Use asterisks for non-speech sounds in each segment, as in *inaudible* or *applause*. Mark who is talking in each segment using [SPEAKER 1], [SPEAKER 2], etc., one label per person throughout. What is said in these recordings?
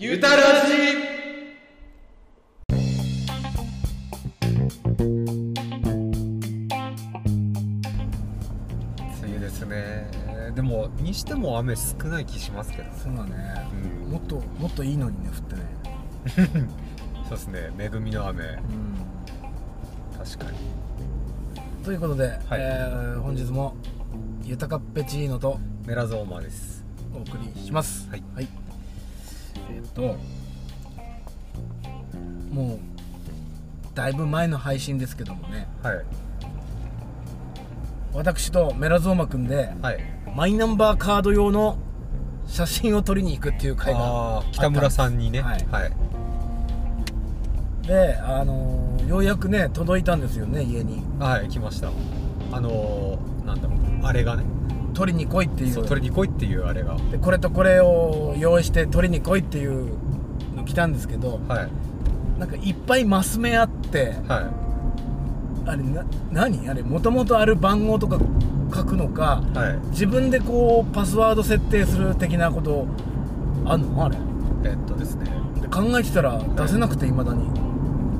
[SPEAKER 1] ゆたらじ
[SPEAKER 2] 梅雨ですねでもにしても雨少ない気しますけど
[SPEAKER 3] そうだね
[SPEAKER 2] うん
[SPEAKER 3] もっともっといいのにね降ってね
[SPEAKER 2] そうですね恵みの雨
[SPEAKER 3] う
[SPEAKER 2] 確かに
[SPEAKER 3] んということで、えー本日も「ゆたかっぺチーノ」と
[SPEAKER 2] メラゾーマです
[SPEAKER 3] お送りします
[SPEAKER 2] はい
[SPEAKER 3] えーっともうだいぶ前の配信ですけどもね
[SPEAKER 2] はい
[SPEAKER 3] 私とメラゾーマくんで
[SPEAKER 2] はい
[SPEAKER 3] マイナンバーカード用の写真を撮りに行くっていう回が
[SPEAKER 2] あー北村
[SPEAKER 3] ん
[SPEAKER 2] さんにね
[SPEAKER 3] は
[SPEAKER 2] はいい、
[SPEAKER 3] で、あのーようやくね届いたんですよね家に
[SPEAKER 2] はい、来ましたあのー、なんだろうあれがね
[SPEAKER 3] 撮りに来いっていう
[SPEAKER 2] そう取りに来いっていうあれが
[SPEAKER 3] でこれとこれを用意して取りに来いっていうの来たんですけど
[SPEAKER 2] はい
[SPEAKER 3] なんかいっぱいマス目あって
[SPEAKER 2] は
[SPEAKER 3] あれな何あれもともとある番号とか書くのか
[SPEAKER 2] いはい
[SPEAKER 3] 自分でこうパスワード設定する的なことあんのあれ
[SPEAKER 2] えっとですね
[SPEAKER 3] で考えてたら出せなくていまだに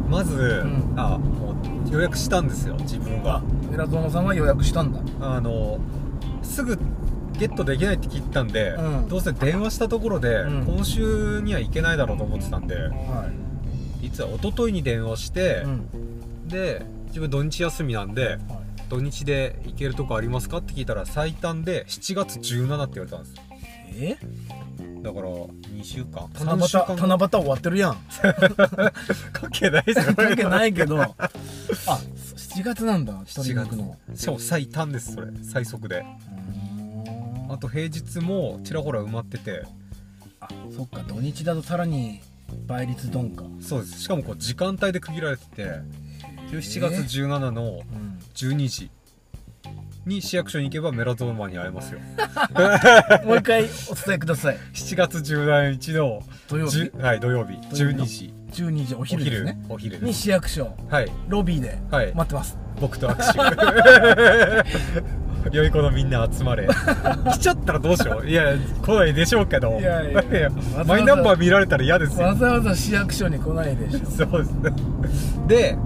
[SPEAKER 2] まず、
[SPEAKER 3] ん
[SPEAKER 2] あもう予約したんですよ自分
[SPEAKER 3] あ
[SPEAKER 2] が
[SPEAKER 3] 偉園さんは予約したんだ
[SPEAKER 2] あのすぐゲットできないって聞いたんで、
[SPEAKER 3] うん
[SPEAKER 2] どうせ電話したところで、
[SPEAKER 3] うん
[SPEAKER 2] 今週には行けないだろうと思ってたんで
[SPEAKER 3] は
[SPEAKER 2] 実は一昨日に電話して、
[SPEAKER 3] うん
[SPEAKER 2] で自分土日休みなんで
[SPEAKER 3] は
[SPEAKER 2] 土日で行けるとこありますかって聞いたら最短で7月17って言われたんですよ
[SPEAKER 3] い、え
[SPEAKER 2] だから2週間
[SPEAKER 3] 七
[SPEAKER 2] 3
[SPEAKER 3] 夕
[SPEAKER 2] 週間
[SPEAKER 3] 七夕終わってるやん
[SPEAKER 2] 関係ないですよね
[SPEAKER 3] 関係ないけど *laughs* あ7月なんだ取りに行くの
[SPEAKER 2] しかも最短ですそれ最速で
[SPEAKER 3] うーん
[SPEAKER 2] あと平日もちらほら埋まってて
[SPEAKER 3] あそっか土日だとさらに倍率ドンか
[SPEAKER 2] そうですしかもこう時間帯で区切られてて7月
[SPEAKER 3] えー
[SPEAKER 2] 17の
[SPEAKER 3] うん
[SPEAKER 2] 12時に市役所に行けばメラゾーマに会えますよ
[SPEAKER 3] もう一回お伝えください
[SPEAKER 2] 7月17日の
[SPEAKER 3] 土曜日
[SPEAKER 2] 10はい土曜日
[SPEAKER 3] 土曜日の
[SPEAKER 2] 12時
[SPEAKER 3] 12時お
[SPEAKER 2] お
[SPEAKER 3] 昼ですね
[SPEAKER 2] お昼で
[SPEAKER 3] に
[SPEAKER 2] す
[SPEAKER 3] 市役所
[SPEAKER 2] はい
[SPEAKER 3] ロビーで
[SPEAKER 2] はい
[SPEAKER 3] 待ってます、
[SPEAKER 2] 僕と握
[SPEAKER 3] *laughs*
[SPEAKER 2] 手良い子のみんな集まれ来ちゃったらどうしよういや来ないでしょうけど
[SPEAKER 3] いやいや
[SPEAKER 2] *laughs* マイナンバー見られたら嫌ですよ
[SPEAKER 3] わざわざ市役所に来ないでしょ
[SPEAKER 2] そうですねで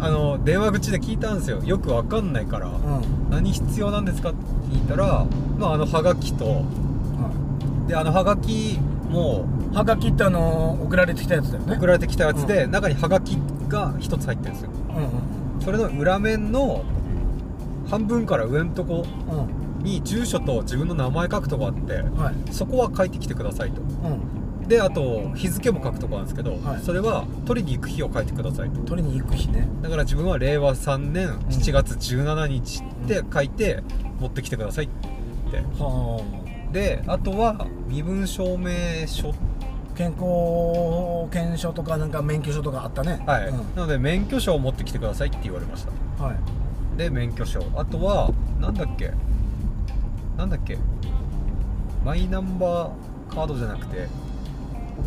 [SPEAKER 2] あの電話口で聞いたんですよよくわかんないから、
[SPEAKER 3] うん、はい
[SPEAKER 2] 何必要なんですかって聞いたら、まあ、あのハガキとであのハガキも
[SPEAKER 3] はがきってあのー送られてきたやつだよね
[SPEAKER 2] 送られてきたやつで、中にハガキが一つ入ってるんですよ
[SPEAKER 3] うん
[SPEAKER 2] それの裏面の半分から上のとこ
[SPEAKER 3] うんうん
[SPEAKER 2] に住所と自分の名前書くとこあって
[SPEAKER 3] はい
[SPEAKER 2] そこは書いてきてくださいと
[SPEAKER 3] うん
[SPEAKER 2] であと日付も書くとこなんですけど、
[SPEAKER 3] はい
[SPEAKER 2] それは取りに行く日を書いてくださいと
[SPEAKER 3] 取りに行く日ね
[SPEAKER 2] だから自分は令和3年7月17日って書いて持ってきてくださいって
[SPEAKER 3] は
[SPEAKER 2] であとは身分証明書
[SPEAKER 3] あ健康保険証とかなんか免許証とかあったね
[SPEAKER 2] はい、
[SPEAKER 3] うん
[SPEAKER 2] なので免許証を持ってきてくださいって言われました
[SPEAKER 3] はい
[SPEAKER 2] で免許証あとはなんだっけなんだっけマイナンバーカードじゃなくて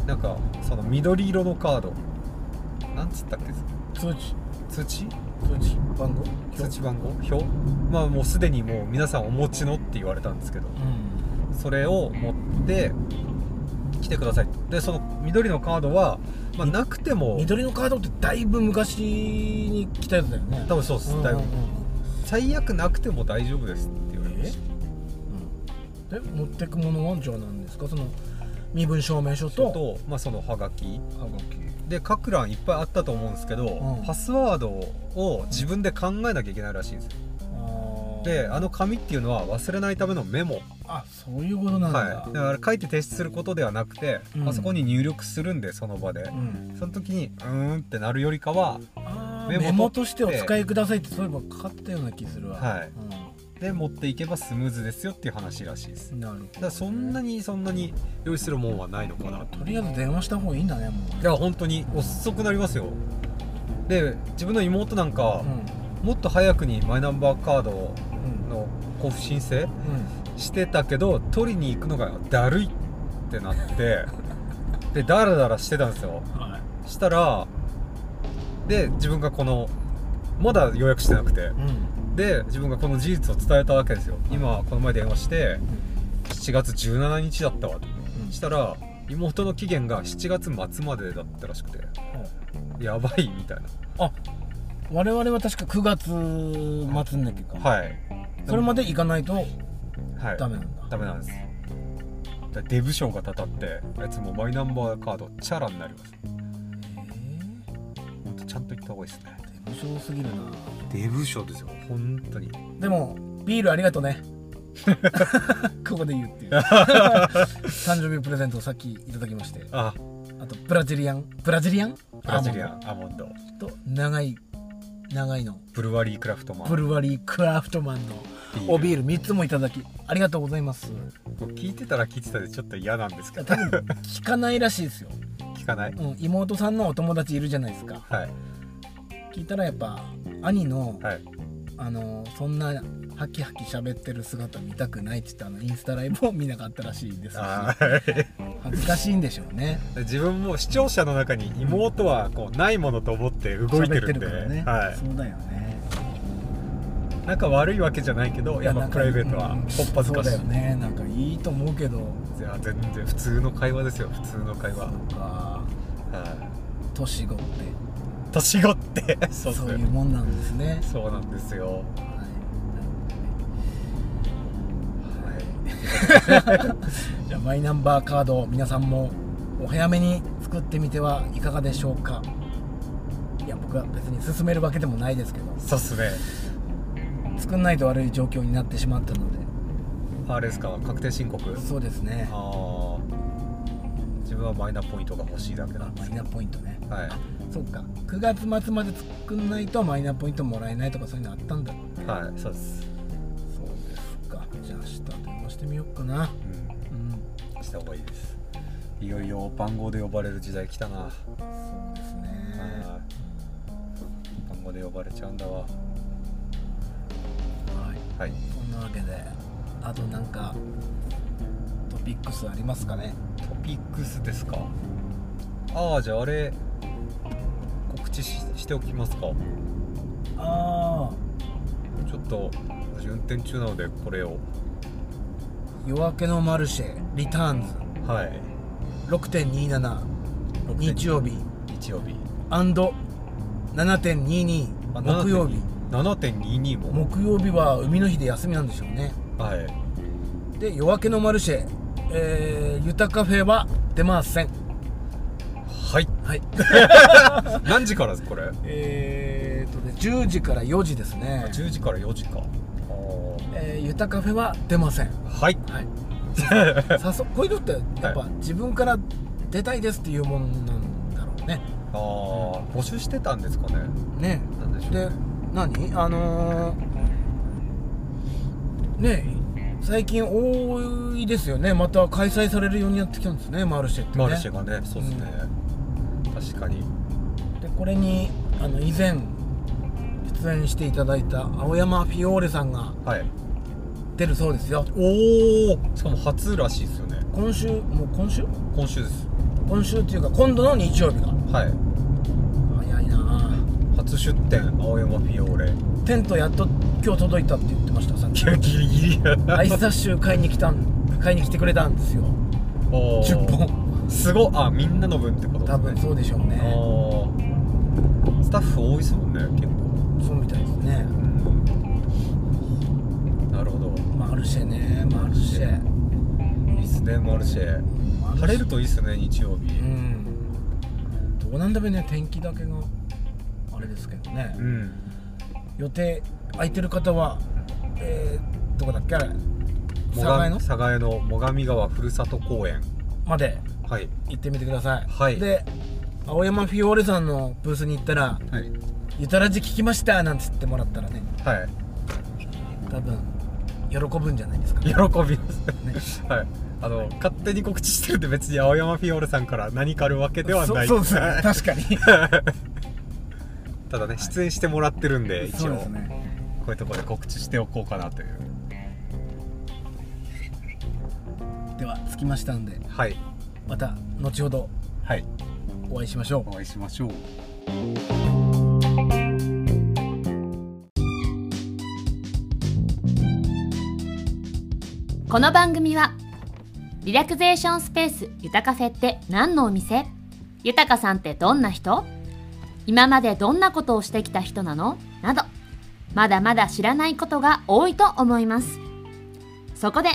[SPEAKER 2] なんかその緑色のカードなんつったっけ
[SPEAKER 3] 通知
[SPEAKER 2] 通知
[SPEAKER 3] 通知番号
[SPEAKER 2] 通知番号表まあもうすでにもう皆さんお持ちのって言われたんですけど
[SPEAKER 3] う
[SPEAKER 2] それを持って来てくださいとでその緑のカードは、まあ、なくて
[SPEAKER 3] ん
[SPEAKER 2] も
[SPEAKER 3] 緑のカードってだいぶ昔に来たやつだよね
[SPEAKER 2] 多分そうです、だいぶ最悪なくても大丈夫ですって言われました
[SPEAKER 3] うんうんで持ってくものはじゃあ何ですかその身分証明書
[SPEAKER 2] それ
[SPEAKER 3] と
[SPEAKER 2] と、まあ、そのハガキ
[SPEAKER 3] はがき
[SPEAKER 2] で各欄いっぱいあったと思うんですけど、
[SPEAKER 3] うん
[SPEAKER 2] パスワードを自分で考えなきゃいけないらしいんですよ
[SPEAKER 3] あー
[SPEAKER 2] であの紙っていうのは忘れないためのメモ、
[SPEAKER 3] あそういうことなんだ、
[SPEAKER 2] はい、だから書いて提出することではなくて、
[SPEAKER 3] うん
[SPEAKER 2] パソコンに入力するんでその場で
[SPEAKER 3] う、ん、
[SPEAKER 2] その時にうーんってなるよりかは
[SPEAKER 3] あー
[SPEAKER 2] メ
[SPEAKER 3] メ
[SPEAKER 2] モ
[SPEAKER 3] モ
[SPEAKER 2] 取
[SPEAKER 3] と
[SPEAKER 2] っ
[SPEAKER 3] しててお使いくださいってそういえばかかったような気するわ
[SPEAKER 2] はい
[SPEAKER 3] い、
[SPEAKER 2] で持っていけばスムーズですよっていう話らしいです
[SPEAKER 3] うん、なるほど
[SPEAKER 2] だからそんなにそんなに用意するもんはないのかなと
[SPEAKER 3] とりあえず電話した方がいいんだねもう
[SPEAKER 2] いや本当に遅くなりますよで自分の妹なんか
[SPEAKER 3] う、ん
[SPEAKER 2] もっと早くにマイナンバーカード
[SPEAKER 3] うん
[SPEAKER 2] の交付申請
[SPEAKER 3] うん
[SPEAKER 2] してたけど取りに行くのがだるいってなってでダラダラしてたんですよ
[SPEAKER 3] はい
[SPEAKER 2] したらで自分がこのまだ予約してなくて
[SPEAKER 3] うん
[SPEAKER 2] で自分がこの事実を伝えたわけですよ今この前電話して7月17日だったわと
[SPEAKER 3] うん
[SPEAKER 2] したら妹の期限が7月末までだったらしくてやばいみたい
[SPEAKER 3] 我々は確か9月末になきゃいけ
[SPEAKER 2] な
[SPEAKER 3] ない
[SPEAKER 2] はい
[SPEAKER 3] それまで行かないと
[SPEAKER 2] はい
[SPEAKER 3] ダメなんだ、
[SPEAKER 2] ダメなんですだデブ賞がたたってあいつもうマイナンバーカードチャラになります
[SPEAKER 3] え
[SPEAKER 2] ほんとちゃんと言った方がいいですね
[SPEAKER 3] ー、無償すぎるな
[SPEAKER 2] デブ賞ですよ本当に
[SPEAKER 3] でもビールありがとね *laughs* ここで言
[SPEAKER 2] *laughs*
[SPEAKER 3] うっていう誕生日プレゼントをさっきいただきまして
[SPEAKER 2] あ
[SPEAKER 3] あとブラジリアンブラジリアン
[SPEAKER 2] ブラジリアンアーモンド
[SPEAKER 3] アーモンドと長い長いの
[SPEAKER 2] ブルワリークラフトマン
[SPEAKER 3] ブルワリークラフトマンのおビール3つもいただきありがとうございます
[SPEAKER 2] もう聞いてたら聞いてたでちょっと嫌なんですけ
[SPEAKER 3] 多
[SPEAKER 2] ど
[SPEAKER 3] 分聞かないらしいですよ、
[SPEAKER 2] 聞かない
[SPEAKER 3] うん、妹さんのお友達いるじゃないですか
[SPEAKER 2] はい
[SPEAKER 3] 聞いたらやっぱ兄の、
[SPEAKER 2] はい
[SPEAKER 3] あのそんなハキハキ喋ってる姿見たくないって言ったあのインスタライブを見なかったらしいですし
[SPEAKER 2] あー
[SPEAKER 3] 恥ずかしいんでしょうね
[SPEAKER 2] *laughs* 自分も視聴者の中に妹はこうないものと思って動いてるんで
[SPEAKER 3] 喋からね、
[SPEAKER 2] は
[SPEAKER 3] そうだよね
[SPEAKER 2] い、仲悪いわけじゃないけどやっぱ
[SPEAKER 3] なんか
[SPEAKER 2] プライベートは
[SPEAKER 3] うん
[SPEAKER 2] ほっぱず
[SPEAKER 3] そ
[SPEAKER 2] か
[SPEAKER 3] う
[SPEAKER 2] しい
[SPEAKER 3] だよねなんかいいと思うけど
[SPEAKER 2] いや全然普通の会話ですよ普通の会話、
[SPEAKER 3] なんか
[SPEAKER 2] は
[SPEAKER 3] 年子って
[SPEAKER 2] い、年子ってそう
[SPEAKER 3] そう
[SPEAKER 2] そう
[SPEAKER 3] いうもんなんですね
[SPEAKER 2] そうなんですよ
[SPEAKER 3] はい
[SPEAKER 2] はい
[SPEAKER 3] じゃあマイナンバーカード皆さんもお早めに作ってみてはいかがでしょうかいや僕は別に勧めるわけでもないですけど
[SPEAKER 2] そうっすね
[SPEAKER 3] 作んないと悪い状況になってしまったので
[SPEAKER 2] あれですか確定申告
[SPEAKER 3] そうですね
[SPEAKER 2] あー自分はマイナポイントが欲しいだけな
[SPEAKER 3] あ
[SPEAKER 2] んで
[SPEAKER 3] マ
[SPEAKER 2] す
[SPEAKER 3] イナポイントね
[SPEAKER 2] はい
[SPEAKER 3] そっか9月末まで作んないとマイナポイントもらえないとかそういうのあったんだ
[SPEAKER 2] はいそうです、
[SPEAKER 3] そうですかじゃあ明日電話してみようかな
[SPEAKER 2] う
[SPEAKER 3] うん
[SPEAKER 2] ん、した方がいいですいよいよ番号で呼ばれる時代来たな、
[SPEAKER 3] そうですね
[SPEAKER 2] はい番号で呼ばれちゃうんだわ
[SPEAKER 3] は
[SPEAKER 2] は
[SPEAKER 3] い
[SPEAKER 2] い
[SPEAKER 3] そんなわけであとなんかトピックスありますかね
[SPEAKER 2] トピックスですかああじゃああれ告知ししておきますか
[SPEAKER 3] ああ
[SPEAKER 2] ちょっと私運転中なのでこれを
[SPEAKER 3] 夜明けのマルシェリターンズ
[SPEAKER 2] はい
[SPEAKER 3] 6.27日曜日
[SPEAKER 2] 日曜日
[SPEAKER 3] 7.22
[SPEAKER 2] あ
[SPEAKER 3] 木曜日
[SPEAKER 2] 7.22も
[SPEAKER 3] 木曜日は海の日で休みなんでしょうね
[SPEAKER 2] はい
[SPEAKER 3] で夜明けのマルシェ、えー、ユタカフェは出ません
[SPEAKER 2] はい
[SPEAKER 3] はい *laughs*
[SPEAKER 2] 何時からですこれ
[SPEAKER 3] えーっとね10時から4時ですね、
[SPEAKER 2] 10時から4時かあ
[SPEAKER 3] えー、ユタカフェは出ません
[SPEAKER 2] あはい
[SPEAKER 3] はい
[SPEAKER 2] *laughs*
[SPEAKER 3] 誘こういうのってやっぱ
[SPEAKER 2] は
[SPEAKER 3] 自分から出たいですっていうもんなんだろうね
[SPEAKER 2] ああ募集してたんですかね
[SPEAKER 3] ね
[SPEAKER 2] なんでしょうね
[SPEAKER 3] で何あのーね最近多いですよねまた開催されるようになってきたんですねマルシェってね
[SPEAKER 2] マルシェがねそうですね、確かに
[SPEAKER 3] でこれにあの以前出演していただいた青山フィオーレさんが
[SPEAKER 2] はい
[SPEAKER 3] 出るそうですよ
[SPEAKER 2] おおしかも初らしいですよね
[SPEAKER 3] 今週もう今週
[SPEAKER 2] 今週です
[SPEAKER 3] 今週っていうか今度の日曜日が
[SPEAKER 2] はい
[SPEAKER 3] 早いなあ
[SPEAKER 2] 初出店青山フィオーレ
[SPEAKER 3] テントやっと今日届いたって言ってましたさっ
[SPEAKER 2] *laughs*
[SPEAKER 3] き
[SPEAKER 2] ギリギリ
[SPEAKER 3] アイスダッシュ買いに来たん買いに来てくれたんですよ
[SPEAKER 2] おー
[SPEAKER 3] 10本
[SPEAKER 2] すごっあみんなの分ってこと
[SPEAKER 3] 多分
[SPEAKER 2] ですね
[SPEAKER 3] そうでしょうね
[SPEAKER 2] あースタッフ多いですもんね結構
[SPEAKER 3] そうみたいですね
[SPEAKER 2] うんなるほど
[SPEAKER 3] マルシェねマルシェ
[SPEAKER 2] いいっすねマルシェ
[SPEAKER 3] マルシェ
[SPEAKER 2] 晴れるといいっすね日曜日
[SPEAKER 3] うんどうなんだべね天気だけがあれですけどね、
[SPEAKER 2] うん
[SPEAKER 3] 予定空いてる方はえー、どこだっけあれ
[SPEAKER 2] 最
[SPEAKER 3] 佐賀江の
[SPEAKER 2] 佐賀江の最上川ふるさと公園
[SPEAKER 3] まで
[SPEAKER 2] はい
[SPEAKER 3] 行ってみてください、
[SPEAKER 2] はい
[SPEAKER 3] で青山フィオーレさんのブースに行ったら
[SPEAKER 2] はい
[SPEAKER 3] 「ゆたらじ聞きました」なんて言ってもらったらね
[SPEAKER 2] はい
[SPEAKER 3] 多分喜ぶんじゃないですか
[SPEAKER 2] 喜びます、はいあの勝手に告知してるんで別に青山フィオーレさんから何かあるわけではない
[SPEAKER 3] そそうですね確かに
[SPEAKER 2] ただね出演してもらってるんで *laughs* 一
[SPEAKER 3] そう
[SPEAKER 2] 応
[SPEAKER 3] ですね
[SPEAKER 2] こういうところで告知しておこうかなという
[SPEAKER 3] では着きましたんで
[SPEAKER 2] はい
[SPEAKER 3] また後ほど
[SPEAKER 2] はい
[SPEAKER 3] お会いしましょう
[SPEAKER 2] お会いしましょう
[SPEAKER 1] この番組はリラクゼーションスペースゆたカフェって何のお店ゆたかさんってどんな人今までどんなことをしてきた人なのなどまだまだ知らないことが多いと思いますそこで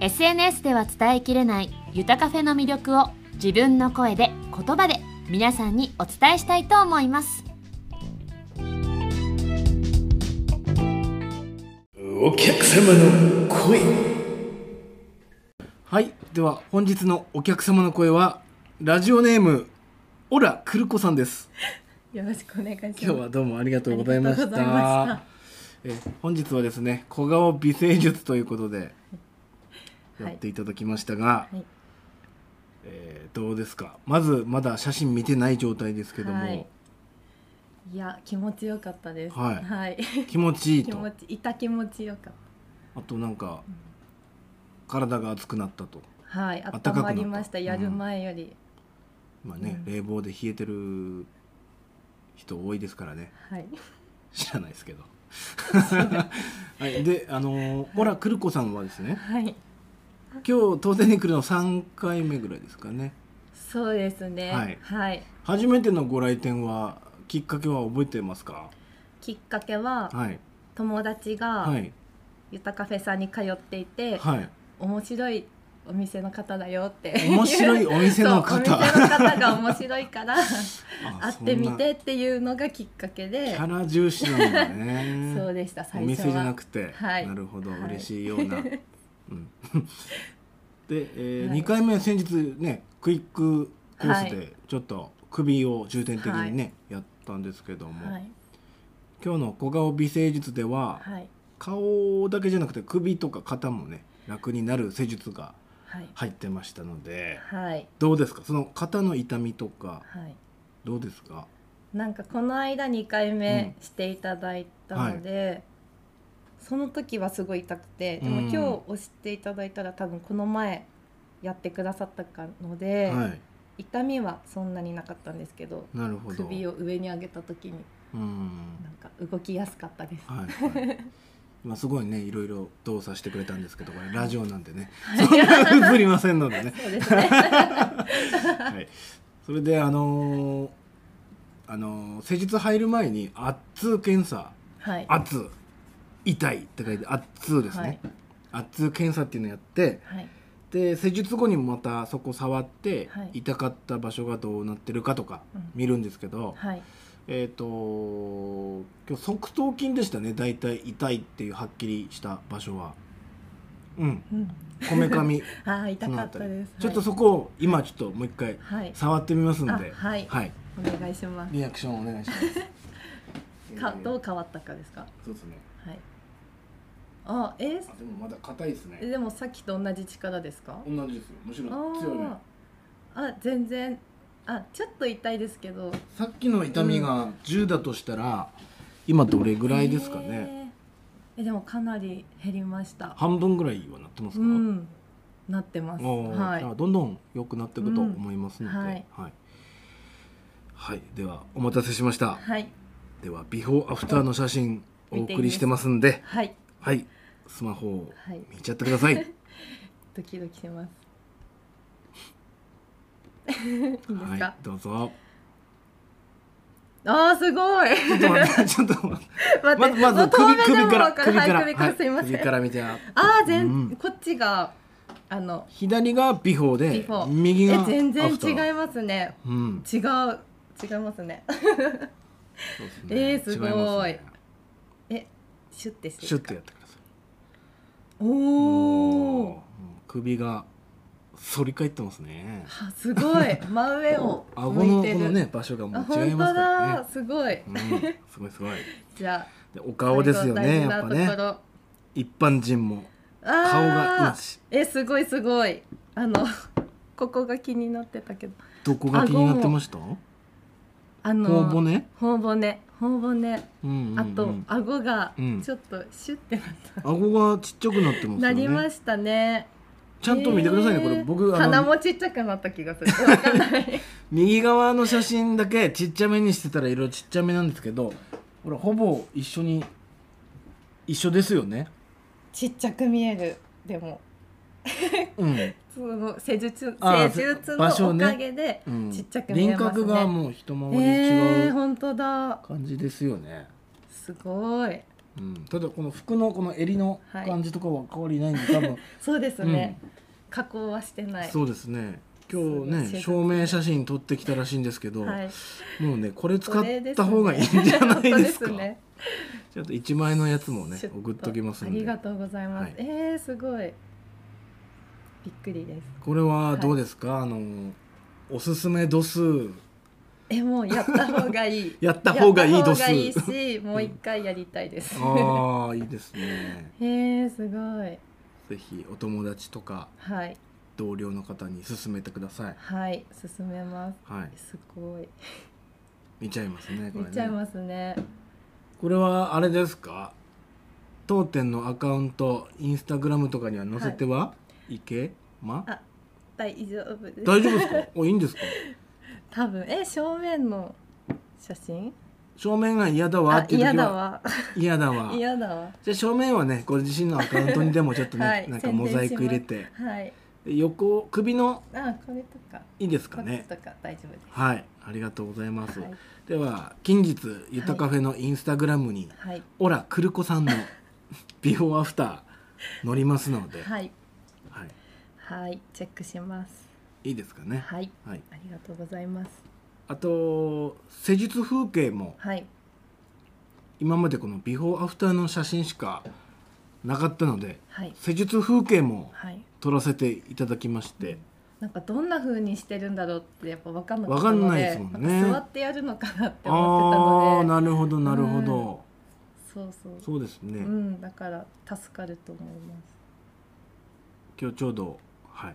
[SPEAKER 1] SNS では伝えきれないゆたカフェの魅力を自分の声で言葉で皆さんにお伝えしたいと思います
[SPEAKER 3] お客様の声はいでは本日のお客様の声はラジオネームオラクルコさんです
[SPEAKER 4] よろしくお願いします。
[SPEAKER 3] 今日はどうもありがとうございまし
[SPEAKER 4] ありがとうございました
[SPEAKER 3] え本日はですね小顔美声術ということで
[SPEAKER 4] い
[SPEAKER 3] やっていただきましたが、
[SPEAKER 4] はい
[SPEAKER 3] えーどうですかまずまだ写真見てない状態ですけども、
[SPEAKER 4] はいいや気持ちよかったです。
[SPEAKER 3] はい
[SPEAKER 4] はい、
[SPEAKER 3] 気持ちいい
[SPEAKER 4] 気
[SPEAKER 3] と
[SPEAKER 4] 持ちいた気持ちよかっ
[SPEAKER 3] あとなんか体が熱くなったと
[SPEAKER 4] た。はい、
[SPEAKER 3] 暖かくなった
[SPEAKER 4] 温まりました。やる前より、
[SPEAKER 3] まあね、
[SPEAKER 4] うん
[SPEAKER 3] 冷房で冷えてる人多いですからね *laughs*
[SPEAKER 4] はい。
[SPEAKER 3] 知らないですけど *laughs* はいであのほらくるこさんはですね
[SPEAKER 4] はい。
[SPEAKER 3] 今日当然に来るの3回目ぐらいですかね
[SPEAKER 4] そうですね。
[SPEAKER 3] はい
[SPEAKER 4] はい。
[SPEAKER 3] 初めてのご来店はきっかけは覚えてますか
[SPEAKER 4] きっかけは、
[SPEAKER 3] はい
[SPEAKER 4] 友達が、
[SPEAKER 3] はい
[SPEAKER 4] ゆたカフェさんに通っていて、
[SPEAKER 3] はい
[SPEAKER 4] 面白いお店の方だよって。
[SPEAKER 3] 面白いお店の
[SPEAKER 4] そうお
[SPEAKER 3] 方
[SPEAKER 4] 店の方が面白いから
[SPEAKER 3] *laughs* あ
[SPEAKER 4] 会ってみ
[SPEAKER 3] そんな
[SPEAKER 4] てっていうのがきっかけ
[SPEAKER 3] キ
[SPEAKER 4] で
[SPEAKER 3] ャラ重視なんだね
[SPEAKER 4] *laughs* そうでした最
[SPEAKER 3] お
[SPEAKER 4] 初は
[SPEAKER 3] 店じゃなくて、
[SPEAKER 4] はい
[SPEAKER 3] なるほど、
[SPEAKER 4] はい
[SPEAKER 3] 嬉しいよう
[SPEAKER 4] *laughs*
[SPEAKER 3] な、うん、 *laughs* で、えー
[SPEAKER 4] はい
[SPEAKER 3] 2回目先日ねクイックコース
[SPEAKER 4] は
[SPEAKER 3] でちょっと首を重点的にね、やったんですけども、
[SPEAKER 4] はい
[SPEAKER 3] 今日の小顔美声術では、
[SPEAKER 4] はい
[SPEAKER 3] 顔だけじゃなくて首とか肩もね楽になる施術が
[SPEAKER 4] はい
[SPEAKER 3] 入ってましたので
[SPEAKER 4] はい
[SPEAKER 3] どうですかその肩の痛みとか
[SPEAKER 4] はい
[SPEAKER 3] どうですか
[SPEAKER 4] なんかこの間2回目していただいたので、その時はすごい痛くてでも
[SPEAKER 3] うん
[SPEAKER 4] 今日押していただいたら多分この前やってくださったかので、
[SPEAKER 3] はい
[SPEAKER 4] 痛みはそんなになかったんですけど
[SPEAKER 3] なるほど
[SPEAKER 4] 首を上に上げた時に
[SPEAKER 3] うん
[SPEAKER 4] なんか動きやすかったです。
[SPEAKER 3] はい、はい、今すごいねいろいろ動作してくれたんですけどこれラジオなんでね
[SPEAKER 4] い
[SPEAKER 3] そんな映りませんの
[SPEAKER 4] *laughs*
[SPEAKER 3] でね、
[SPEAKER 4] そうですね。
[SPEAKER 3] はい、それであのーあのー施術入る前に「圧痛検査」
[SPEAKER 4] はい
[SPEAKER 3] 「圧」「痛い」って書いて「圧痛」ですね、圧痛検査っていうのやって
[SPEAKER 4] はい
[SPEAKER 3] で施術後にもまたそこ触って、
[SPEAKER 4] はい
[SPEAKER 3] 痛かった場所がどうなってるかとか
[SPEAKER 4] うん
[SPEAKER 3] 見るんですけど、
[SPEAKER 4] はい
[SPEAKER 3] えっ、と今日側頭筋でしたね大体痛いっていうはっきりした場所はうん
[SPEAKER 4] うん
[SPEAKER 3] こめか
[SPEAKER 4] *laughs*
[SPEAKER 3] み
[SPEAKER 4] あー痛かっ
[SPEAKER 3] こ
[SPEAKER 4] た
[SPEAKER 3] の辺
[SPEAKER 4] で
[SPEAKER 3] り
[SPEAKER 4] す。
[SPEAKER 3] ちょっとそこを今ちょっともう一回
[SPEAKER 4] はい
[SPEAKER 3] 触ってみますんで
[SPEAKER 4] あ
[SPEAKER 3] はい、
[SPEAKER 4] はいお願いします。
[SPEAKER 3] リアクションお願いします
[SPEAKER 4] *laughs* かど
[SPEAKER 3] う
[SPEAKER 4] う変わったかですか。
[SPEAKER 3] そうですね
[SPEAKER 4] はい。あえ
[SPEAKER 3] あ
[SPEAKER 4] ー
[SPEAKER 3] でもまだ硬いです
[SPEAKER 4] え
[SPEAKER 3] ね
[SPEAKER 4] でもさっきと同じ力ですか？
[SPEAKER 3] 同じですよむしろ強いね
[SPEAKER 4] あーあ全然あちょっと痛いですけど。
[SPEAKER 3] さっきの痛みが10だとしたら今どれぐらいですかね、
[SPEAKER 4] へー。えでもかなり減りました。
[SPEAKER 3] 半分ぐらいはなってます
[SPEAKER 4] う
[SPEAKER 3] か、
[SPEAKER 4] んなってます。
[SPEAKER 3] おー
[SPEAKER 4] はい
[SPEAKER 3] じゃあどんどん良くなっていくと思いますので、
[SPEAKER 4] うん
[SPEAKER 3] は
[SPEAKER 4] はいい、
[SPEAKER 3] はいではお待たせしました
[SPEAKER 4] はい
[SPEAKER 3] ではビフォーアフターの写真お送りしてますんで
[SPEAKER 4] はい
[SPEAKER 3] はいスマホを
[SPEAKER 4] *laughs* はい
[SPEAKER 3] 見ちゃってください、
[SPEAKER 4] ドキドキします。いいですか
[SPEAKER 3] はいどうぞ
[SPEAKER 4] ああすごい。 *laughs*
[SPEAKER 3] ちょっと待ってちょっと待ってまずま
[SPEAKER 4] も
[SPEAKER 3] ず
[SPEAKER 4] う遠
[SPEAKER 3] 首
[SPEAKER 4] 目で
[SPEAKER 3] 首
[SPEAKER 4] も
[SPEAKER 3] から
[SPEAKER 4] わかる
[SPEAKER 3] 首から
[SPEAKER 4] はい首からすいま
[SPEAKER 3] はい
[SPEAKER 4] せん。
[SPEAKER 3] 首から見てあ
[SPEAKER 4] ああ全、
[SPEAKER 3] うん
[SPEAKER 4] こっちがあの
[SPEAKER 3] 左がビフォーで
[SPEAKER 4] ビフォー
[SPEAKER 3] 右
[SPEAKER 4] え
[SPEAKER 3] が
[SPEAKER 4] 全然
[SPEAKER 3] アフター
[SPEAKER 4] 違いますね
[SPEAKER 3] うん
[SPEAKER 4] 違う違いますね
[SPEAKER 3] そうですね
[SPEAKER 4] えーすごい
[SPEAKER 3] 違ますね
[SPEAKER 4] えシュッてしてる
[SPEAKER 3] シュッとやってください
[SPEAKER 4] お
[SPEAKER 3] うん
[SPEAKER 4] お
[SPEAKER 3] 首が反り返ってますね
[SPEAKER 4] あすごい
[SPEAKER 3] *laughs*
[SPEAKER 4] 真上を
[SPEAKER 3] 顎
[SPEAKER 4] 向
[SPEAKER 3] の
[SPEAKER 4] い
[SPEAKER 3] こ
[SPEAKER 4] てる
[SPEAKER 3] のね場所がも
[SPEAKER 4] あ
[SPEAKER 3] う違
[SPEAKER 4] 本
[SPEAKER 3] い
[SPEAKER 4] 当
[SPEAKER 3] ますから
[SPEAKER 4] だ
[SPEAKER 3] ね。
[SPEAKER 4] すごい
[SPEAKER 3] うん、すごいすごい。
[SPEAKER 4] じゃ
[SPEAKER 3] でお
[SPEAKER 4] あ
[SPEAKER 3] 顔ですよね
[SPEAKER 4] 最後
[SPEAKER 3] やっぱ
[SPEAKER 4] 大事なとこ
[SPEAKER 3] ね
[SPEAKER 4] ろ
[SPEAKER 3] 一般人も
[SPEAKER 4] あ
[SPEAKER 3] 顔
[SPEAKER 4] ー
[SPEAKER 3] がいいし
[SPEAKER 4] えすごいすごいあの *laughs* ここが気になってたけど
[SPEAKER 3] どこが気になってました？
[SPEAKER 4] あの
[SPEAKER 3] 頬骨？
[SPEAKER 4] 頬骨頬骨
[SPEAKER 3] うんうんうん
[SPEAKER 4] あと、顎が
[SPEAKER 3] うん
[SPEAKER 4] ちょっとシュッてなった、
[SPEAKER 3] 顎がちっちゃくなってますよね。
[SPEAKER 4] なりましたね
[SPEAKER 3] ちゃんと見てくださいね
[SPEAKER 4] へ
[SPEAKER 3] こ
[SPEAKER 4] ー
[SPEAKER 3] れ僕あ
[SPEAKER 4] 鼻
[SPEAKER 3] の
[SPEAKER 4] もちっちゃくなった気がする。わか
[SPEAKER 3] *laughs*
[SPEAKER 4] んない。
[SPEAKER 3] 右側の写真だけちっちゃめにしてたら色々ちっちゃめなんですけど、ほらほぼ一緒に一緒ですよね。
[SPEAKER 4] ちっちゃく見える。でも
[SPEAKER 3] うん。
[SPEAKER 4] その施術
[SPEAKER 3] あー
[SPEAKER 4] 施術
[SPEAKER 3] 場所
[SPEAKER 4] のお
[SPEAKER 3] ね
[SPEAKER 4] かげで
[SPEAKER 3] うん
[SPEAKER 4] ちっちゃく見え
[SPEAKER 3] 輪
[SPEAKER 4] ます
[SPEAKER 3] 郭
[SPEAKER 4] ね。
[SPEAKER 3] がもう一回り
[SPEAKER 4] え
[SPEAKER 3] 違
[SPEAKER 4] ー、
[SPEAKER 3] う
[SPEAKER 4] 本当だ。
[SPEAKER 3] 感じですよね、
[SPEAKER 4] すごい。
[SPEAKER 3] うん、ただこの服のこの襟の感じとかは変わりないんで、多分
[SPEAKER 4] *laughs* そうですね。加工はしてない。
[SPEAKER 3] そうですね今
[SPEAKER 4] す
[SPEAKER 3] 日
[SPEAKER 4] ご
[SPEAKER 3] ね
[SPEAKER 4] い
[SPEAKER 3] 証明写真撮ってきたらしいんですけど、
[SPEAKER 4] はい。
[SPEAKER 3] もうねこれ使
[SPEAKER 4] これ
[SPEAKER 3] っ
[SPEAKER 4] です
[SPEAKER 3] た
[SPEAKER 4] ね
[SPEAKER 3] 方がいいんじ
[SPEAKER 4] *laughs*
[SPEAKER 3] ゃないですか
[SPEAKER 4] 本当ね
[SPEAKER 3] *laughs* ちょっと1枚のやつもね
[SPEAKER 4] ちょと
[SPEAKER 3] 送っときますん
[SPEAKER 4] ありが
[SPEAKER 3] で
[SPEAKER 4] とうございます。
[SPEAKER 3] はい
[SPEAKER 4] えー、すごい。びっくりです。
[SPEAKER 3] これはどうですか、あのおすすめ度数。
[SPEAKER 4] え、もうやった方がいい
[SPEAKER 3] *laughs* やった方がいい度
[SPEAKER 4] やった方が
[SPEAKER 3] 数
[SPEAKER 4] いい
[SPEAKER 3] *laughs*
[SPEAKER 4] し、もう一回やりたいです。
[SPEAKER 3] ああいいですね *laughs*
[SPEAKER 4] へえー、すごい。
[SPEAKER 3] ぜひお友達とか
[SPEAKER 4] はい、
[SPEAKER 3] 同僚の方に勧めてください
[SPEAKER 4] はい、進めま
[SPEAKER 3] はい
[SPEAKER 4] す。すごい。
[SPEAKER 3] 見ちゃいますねこれ
[SPEAKER 4] 見
[SPEAKER 3] ね
[SPEAKER 4] ちゃいますね。
[SPEAKER 3] これはあれですか当店のアカウントインスタグラムとかには載せては、い、けま
[SPEAKER 4] あ大丈夫です。
[SPEAKER 3] 大丈夫ですかおいいんですか
[SPEAKER 4] 多分、え、正面の写真。
[SPEAKER 3] 正面が嫌だわ
[SPEAKER 4] あ
[SPEAKER 3] っ、ていう時は
[SPEAKER 4] 嫌だわ。
[SPEAKER 3] 嫌だわ
[SPEAKER 4] *laughs* 嫌だわ。
[SPEAKER 3] じゃあ正面はねご自身のアカウントにでもちょっとね、
[SPEAKER 4] はい
[SPEAKER 3] なんかモザイク入れて
[SPEAKER 4] はい。
[SPEAKER 3] で横首の
[SPEAKER 4] あ、これとか。
[SPEAKER 3] いいです
[SPEAKER 4] こ
[SPEAKER 3] か
[SPEAKER 4] っ
[SPEAKER 3] ね
[SPEAKER 4] ちとか大丈夫です。
[SPEAKER 3] はいありがとうございます、
[SPEAKER 4] はい
[SPEAKER 3] では近日ゆたカフェのインスタグラムに、
[SPEAKER 4] はい。
[SPEAKER 3] オラクルコさんのビフォーアフター載りますので、は
[SPEAKER 4] はい。
[SPEAKER 3] い、
[SPEAKER 4] はい、チェックします。
[SPEAKER 3] いいですかね、
[SPEAKER 4] はい。
[SPEAKER 3] はい、
[SPEAKER 4] ありがとうございます。
[SPEAKER 3] あと施術風景も
[SPEAKER 4] はい。
[SPEAKER 3] 今までこのビフォーアフターの写真しかなかったので
[SPEAKER 4] はい。
[SPEAKER 3] 施術風景も
[SPEAKER 4] はい。
[SPEAKER 3] 撮らせていただきまして、
[SPEAKER 4] なんかどんな風にしてるんだろうってやっぱ分かんなかっ
[SPEAKER 3] わ
[SPEAKER 4] た
[SPEAKER 3] かん
[SPEAKER 4] の
[SPEAKER 3] ないです
[SPEAKER 4] で
[SPEAKER 3] もんね
[SPEAKER 4] なんか座ってやるのかなって
[SPEAKER 3] ああ
[SPEAKER 4] 思ってたので
[SPEAKER 3] なるほどなるほど、
[SPEAKER 4] そうそう
[SPEAKER 3] そうですね、
[SPEAKER 4] うんだから助かると思いま
[SPEAKER 3] 今日ちょうどはい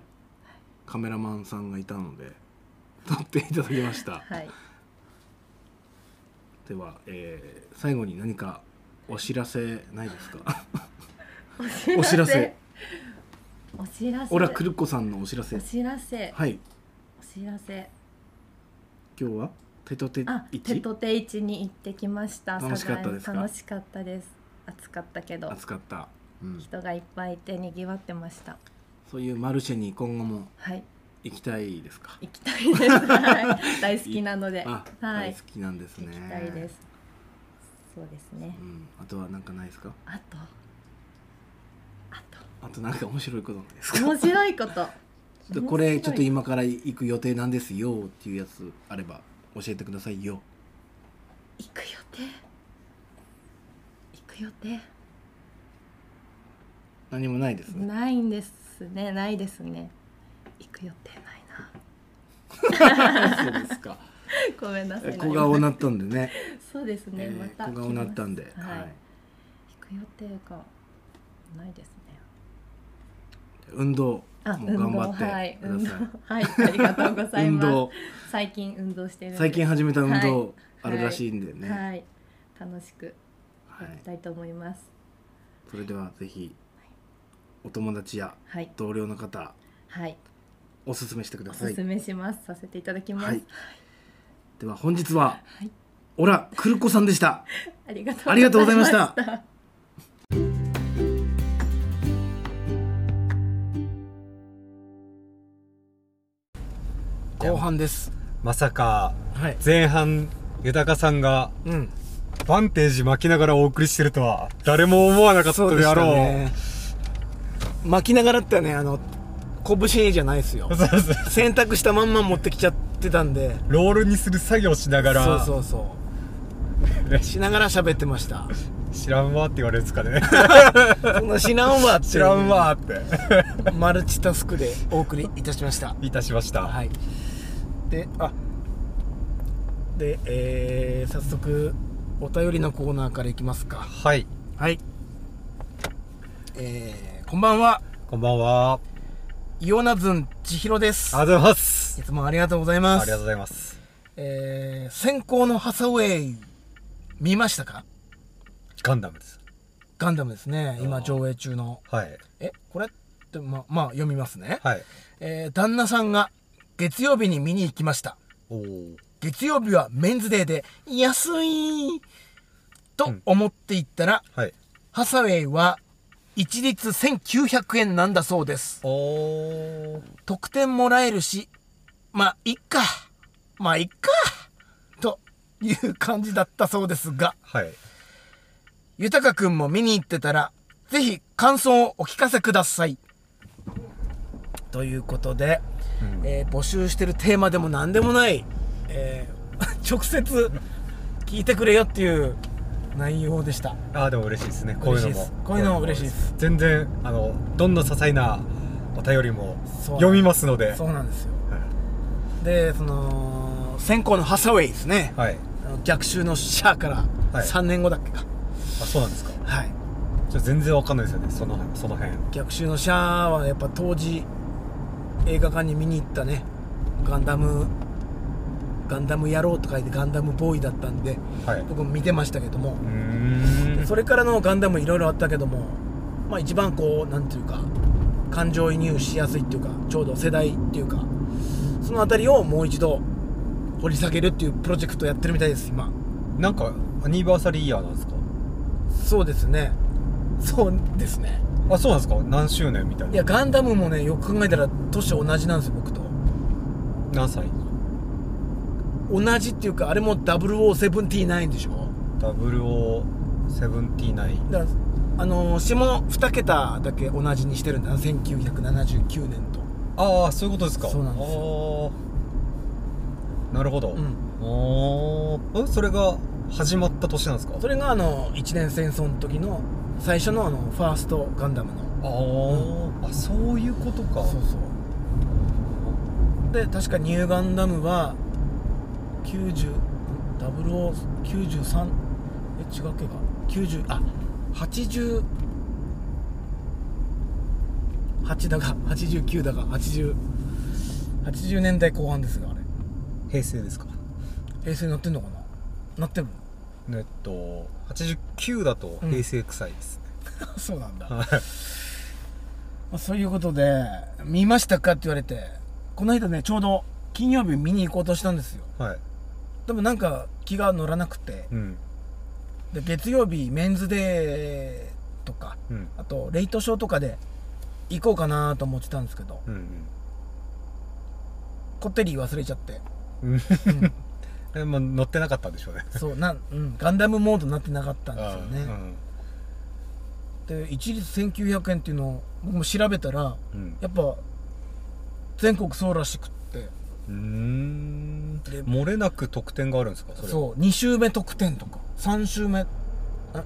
[SPEAKER 3] カメラマンさんがいたので撮っていただきました
[SPEAKER 4] すはい
[SPEAKER 3] では、えー最後に何かお知らせないですかお知らせ
[SPEAKER 4] お知らせ
[SPEAKER 3] オラクルコさんのお知らせ
[SPEAKER 4] お知らせ
[SPEAKER 3] はい
[SPEAKER 4] お知らせ
[SPEAKER 3] 今日はテトテ
[SPEAKER 4] あ
[SPEAKER 3] 一
[SPEAKER 4] テトテイチに行ってきました
[SPEAKER 3] 楽しかったですか
[SPEAKER 4] サザエ楽しかったです暑かったけど
[SPEAKER 3] 暑かった、うん、
[SPEAKER 4] 人がいっぱいいてにぎわってました
[SPEAKER 3] そういうマルシェに今後も
[SPEAKER 4] はい
[SPEAKER 3] 行きたいですか
[SPEAKER 4] 行きたい
[SPEAKER 3] *laughs*
[SPEAKER 4] です、はい、大好きなので
[SPEAKER 3] あ、
[SPEAKER 4] は
[SPEAKER 3] 大
[SPEAKER 4] い
[SPEAKER 3] 好きなんですね
[SPEAKER 4] 行きたいですそうですね
[SPEAKER 3] うん、あとは何かないですか
[SPEAKER 4] あとあ
[SPEAKER 3] あと何か面白いことないです
[SPEAKER 4] と
[SPEAKER 3] か
[SPEAKER 4] 面白いこと
[SPEAKER 3] ちょっとこれちょっと
[SPEAKER 4] 面
[SPEAKER 3] 今から行く予定なんですよっていうやつあれば教えてくださいよ
[SPEAKER 4] 白い行く予定行く予定
[SPEAKER 3] 何もないです
[SPEAKER 4] *laughs*
[SPEAKER 3] ね
[SPEAKER 4] ないんですねないですね行く予定ないな
[SPEAKER 3] そうですか
[SPEAKER 4] *laughs* ごめんなさい
[SPEAKER 3] 小顔なったんでね、
[SPEAKER 4] そうですね、
[SPEAKER 3] えー
[SPEAKER 4] また
[SPEAKER 3] 小顔なったんで
[SPEAKER 4] 来、ます
[SPEAKER 3] はい
[SPEAKER 4] はい、行く予定がないですね
[SPEAKER 3] 運動
[SPEAKER 4] あ
[SPEAKER 3] も頑張ってくださ
[SPEAKER 4] はいい、運動はいありがとうござい
[SPEAKER 3] 運
[SPEAKER 4] ます
[SPEAKER 3] 動
[SPEAKER 4] 最近運動してるんで
[SPEAKER 3] 最近始めた運
[SPEAKER 4] は
[SPEAKER 3] 動
[SPEAKER 4] い
[SPEAKER 3] あるらしいんでね、はい
[SPEAKER 4] はい楽しくやりたいと思います
[SPEAKER 3] それではぜひお友達や
[SPEAKER 4] はい
[SPEAKER 3] 同僚の方
[SPEAKER 4] はい
[SPEAKER 3] おすすめしてくだ
[SPEAKER 4] お
[SPEAKER 3] さ
[SPEAKER 4] す
[SPEAKER 3] い
[SPEAKER 4] すめします、させていただきます、
[SPEAKER 3] はいでは本日は、
[SPEAKER 4] い
[SPEAKER 3] オラクルコさんで *laughs* した
[SPEAKER 4] ありがとう
[SPEAKER 3] ありがとうございました後半です
[SPEAKER 2] まさか
[SPEAKER 3] はい
[SPEAKER 2] 前半豊さんが
[SPEAKER 3] うん
[SPEAKER 2] バンテージ巻きながらお送りしてるとは誰も思わなかったであろう
[SPEAKER 3] 巻きながらってねあの拳じゃないですよ
[SPEAKER 2] そうそう
[SPEAKER 3] 洗濯したまんま持ってきちゃってたんで
[SPEAKER 2] ロールにする作業しながら
[SPEAKER 3] そうそ
[SPEAKER 2] *laughs*
[SPEAKER 3] うそうしながら喋ってました
[SPEAKER 2] 知らんわって言われるんですか
[SPEAKER 3] *laughs*
[SPEAKER 2] ね
[SPEAKER 3] そんな知らんわっていう
[SPEAKER 2] 知らんわって
[SPEAKER 3] マルチタスクでお送りいたしました
[SPEAKER 2] いたしました、
[SPEAKER 3] はいであで、えー、早速お便りのコーナーからいきますか
[SPEAKER 2] はい、
[SPEAKER 3] はいえー、こんばんは
[SPEAKER 2] こんばんは
[SPEAKER 3] イオナズン千尋です
[SPEAKER 2] ありがとうございます
[SPEAKER 3] いつもありがとうござい
[SPEAKER 2] あ
[SPEAKER 3] ま
[SPEAKER 2] り
[SPEAKER 3] す
[SPEAKER 2] がとうございます
[SPEAKER 3] えー、先行のハサウェイ見ましたか
[SPEAKER 2] ガンダムです
[SPEAKER 3] ガンダムですね今
[SPEAKER 2] あー
[SPEAKER 3] 上映中の
[SPEAKER 2] はい
[SPEAKER 3] えこれってままあ読みますね、
[SPEAKER 2] はい
[SPEAKER 3] えー、旦那さんが月曜日に見に行きました
[SPEAKER 2] おお
[SPEAKER 3] 月曜日はメンズデーで安いと
[SPEAKER 2] うん
[SPEAKER 3] 思っていったら、
[SPEAKER 2] はい
[SPEAKER 3] ハサウェイは一律1900円なんだそうです
[SPEAKER 2] おー
[SPEAKER 3] 得点もらえるしまあいっかまあいっかという感じだったそうですが
[SPEAKER 2] はい
[SPEAKER 3] 豊くんも見に行ってたら、ぜひ感想をお聞かせください。ということで、えー募集してるテーマでも何でもない、えー *laughs* 直接聞いてくれよっていう内容でした。
[SPEAKER 2] ああでも嬉しいですねこういうの
[SPEAKER 3] 嬉しいで
[SPEAKER 2] も
[SPEAKER 3] すこういうのも嬉しいです
[SPEAKER 2] 全然あのどんな些細なお便りも
[SPEAKER 3] そう
[SPEAKER 2] 読みますので
[SPEAKER 3] そうなんですよ。
[SPEAKER 2] は
[SPEAKER 3] で、その、先行のハサウェイですね。
[SPEAKER 2] い、はい
[SPEAKER 3] あの逆襲のシャアから
[SPEAKER 2] はい
[SPEAKER 3] 3年後だっけか。
[SPEAKER 2] あそうなんですか
[SPEAKER 3] はい。
[SPEAKER 2] ちょっと全然わかんないですよねその辺その辺
[SPEAKER 3] 逆襲のシャアはやっぱ当時映画館に見に行ったねガンダムガンダム野郎と書いてガンダムボーイだったんで
[SPEAKER 2] はい
[SPEAKER 3] 僕も見てましたけども
[SPEAKER 2] うーん
[SPEAKER 3] それからのガンダムいろいろあったけどもまあ一番こうなんていうか感情移入しやすいっていうかちょうど世代っていうかその辺りをもう一度掘り下げるっていうプロジェクトやってるみたいです今
[SPEAKER 2] なんかアニバーサリーイヤーなんですか
[SPEAKER 3] そうですねそうですね
[SPEAKER 2] あそうなんですか何周年みたい
[SPEAKER 3] い
[SPEAKER 2] な
[SPEAKER 3] やガンダムもねよく考えたら年同じなんですよ僕と
[SPEAKER 2] 何歳
[SPEAKER 3] 同じっていうかあれも0079でしょ
[SPEAKER 2] 0079
[SPEAKER 3] だからあのー下2桁だけ同じにしてるんだな1979年と
[SPEAKER 2] ああそういうことですか
[SPEAKER 3] そうなんです
[SPEAKER 2] よなるほど、
[SPEAKER 3] うん
[SPEAKER 2] おーえそれが始まった年なんですか
[SPEAKER 3] それがあの1年戦争の時の最初のあのファーストガンダムの
[SPEAKER 2] あー、あそういうことか
[SPEAKER 3] そうそうで確かニューガンダムは90 0093え違うっけか90あ80 8だか89だか8080年代後半ですがあれ
[SPEAKER 2] 平成ですか
[SPEAKER 3] 平成になってんのかななってるの *laughs*
[SPEAKER 2] えっと89だと平成臭いですね、
[SPEAKER 3] そうなんだ、ま
[SPEAKER 2] はい
[SPEAKER 3] あ、そういうことで見ましたかって言われてこの間ねちょうど金曜日見に行こうとしたんですよ
[SPEAKER 2] はい
[SPEAKER 3] でもなんか気が乗らなくて
[SPEAKER 2] うん
[SPEAKER 3] で月曜日メンズデーとか
[SPEAKER 2] うん
[SPEAKER 3] あとレイトショーとかで行こうかなと思ってたんですけど
[SPEAKER 2] うん
[SPEAKER 3] こってり忘れちゃって
[SPEAKER 2] うんうん *laughs* えまあ乗ってなかったんでしょうね
[SPEAKER 3] そうなん、うん、ガンダムモードになってなかったんですよ
[SPEAKER 2] う
[SPEAKER 3] ね
[SPEAKER 2] ん
[SPEAKER 3] で一律1900円っていうのを僕も調べたら
[SPEAKER 2] うん
[SPEAKER 3] やっぱ全国そうらしくって
[SPEAKER 2] うーん
[SPEAKER 3] で
[SPEAKER 2] 漏れなく得点があるんですかそれ
[SPEAKER 3] そう2週目得点とか3週目あ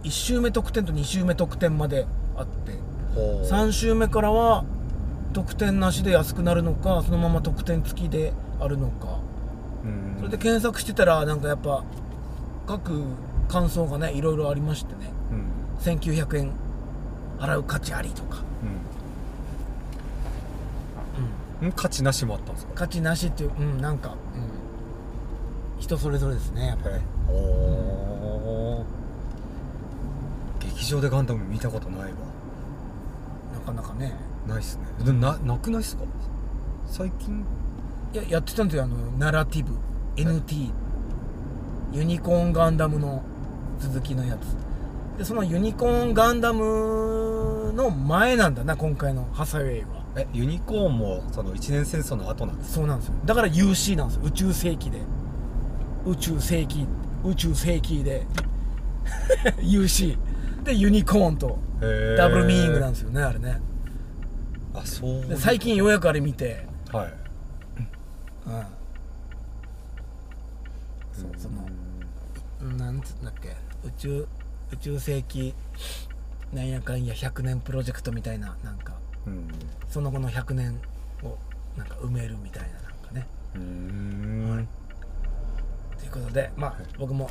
[SPEAKER 3] 1週目得点と2週目得点まであって
[SPEAKER 2] ほう
[SPEAKER 3] 3週目からは得点なしで安くなるのかそのまま得点付きであるのか
[SPEAKER 2] うん
[SPEAKER 3] それで検索してたらなんかやっぱ各感想がねいろいろありましてね
[SPEAKER 2] うん
[SPEAKER 3] 1900円払う価値ありとか、
[SPEAKER 2] うんん価値なしもあったんですか
[SPEAKER 3] 価値なしっていううんなんか、うん人それぞれですねやっぱり
[SPEAKER 2] おお劇場でガンダム見たことないわ
[SPEAKER 3] なかなかね
[SPEAKER 2] ないっすねでもななくないっすか最近
[SPEAKER 3] いややってたんですよあのナラティブ NT ユニコーンガンダムの続きのやつでそのユニコーンガンダムの前なんだな今回のハサウェイは
[SPEAKER 2] えユニコーンもその一年戦争の後なんです
[SPEAKER 3] そうなんですよだから UC なんですよ宇宙世紀で宇宙世紀宇宙世紀で *laughs* UC でユニコーンと
[SPEAKER 2] へ
[SPEAKER 3] ダブルミーニングなん
[SPEAKER 2] ん
[SPEAKER 3] ですよねあれね
[SPEAKER 2] あそう
[SPEAKER 3] で最近ようやくあれ見て
[SPEAKER 2] はい
[SPEAKER 3] うんそうそのなんつうんだっけ宇宙宇宙世紀なんやかんや100年プロジェクトみたいななんか
[SPEAKER 2] うん
[SPEAKER 3] その後の100年をなんか埋めるみたいななんかね
[SPEAKER 2] うーん、
[SPEAKER 3] ということでまあ僕も